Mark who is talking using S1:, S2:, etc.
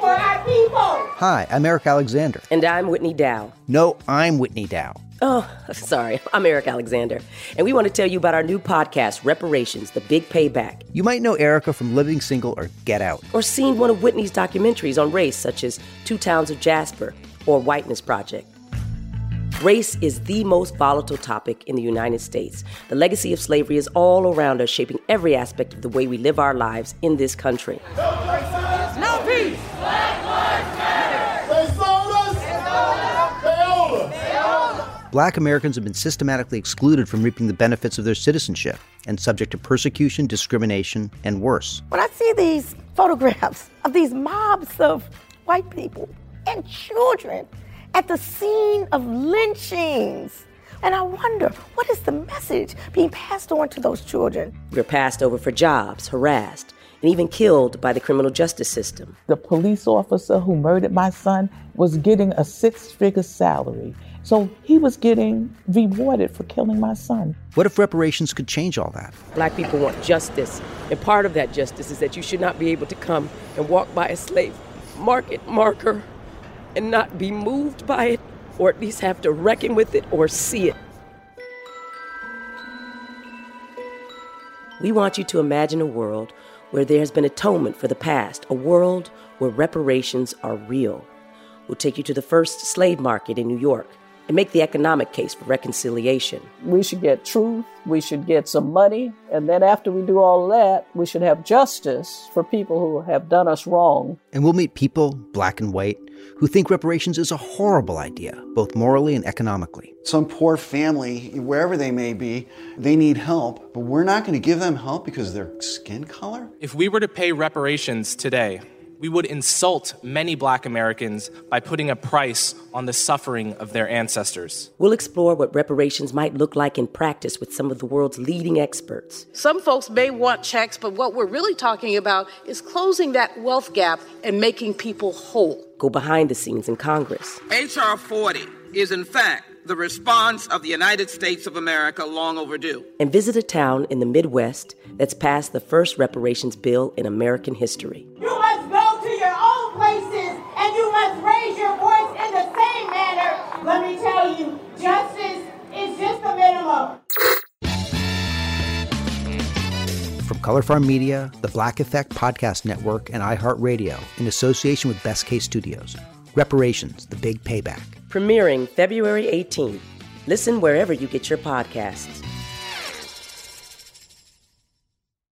S1: for our people.
S2: Hi, I'm Eric Alexander.
S3: And I'm Whitney Dow.
S2: No, I'm Whitney Dow.
S3: Oh, sorry. I'm Eric Alexander. And we want to tell you about our new podcast, Reparations The Big Payback,
S2: You might know Erica from Living Single or Get Out.
S3: or seen one of Whitney's documentaries on race, such as Two Towns of Jasper or Whiteness Project. Race is the most volatile topic in the United States. The legacy of slavery is all around us, shaping every aspect of the way we live our lives in this country.
S1: No peace.
S4: They sold us. They own us.
S2: Black Americans have been systematically excluded from reaping the benefits of their citizenship and subject to persecution, discrimination, and worse.
S5: when I see these photographs of these mobs of white people and children at the scene of lynchings, and I wonder what is the message being passed on to those children?
S3: We're passed over for jobs, harassed, and even killed by the criminal justice system.
S6: The police officer who murdered my son was getting a six figure salary. So he was getting rewarded for killing my son.
S2: What if reparations could change all that?
S7: Black people want justice, and part of that justice is that you should not be able to come and walk by a slave market marker and not be moved by it, or at least have to reckon with it or see it.
S3: We want you to imagine a world where there has been atonement for the past, a world where reparations are real. We'll take you to the first slave market in New York and make the economic case for reconciliation.
S8: we should get truth, we should get some money, and then after we do all that, we should have justice for people who have done us wrong.
S2: And we'll meet people, black and white, who think reparations is a horrible idea, both morally and economically.
S9: some poor family, wherever they may be, they need help, but we're not going to give them help because of their skin color?
S10: If we were to pay reparations today, we would insult many black Americans by putting a price on the suffering of their ancestors.
S3: We'll explore what reparations might look like in practice with some of the world's leading experts.
S1: Some folks may want checks, but what we're really talking about is closing that wealth gap and making people whole.
S3: Go behind the scenes in Congress.
S11: H.R. 40 is, in fact, the response of the United States of America long overdue.
S3: and visit a town in the Midwest that's passed the first reparations bill in American history.
S1: You must go to your own places and you must raise your voice in the same manner. Let me tell you, justice is just the minimum.
S2: From Color Farm Media, the Black Effect Podcast Network, and iHeartRadio, in association with Best Case Studios. Reparations, the big payback.
S3: Premiering February 18. Listen wherever you get your podcasts.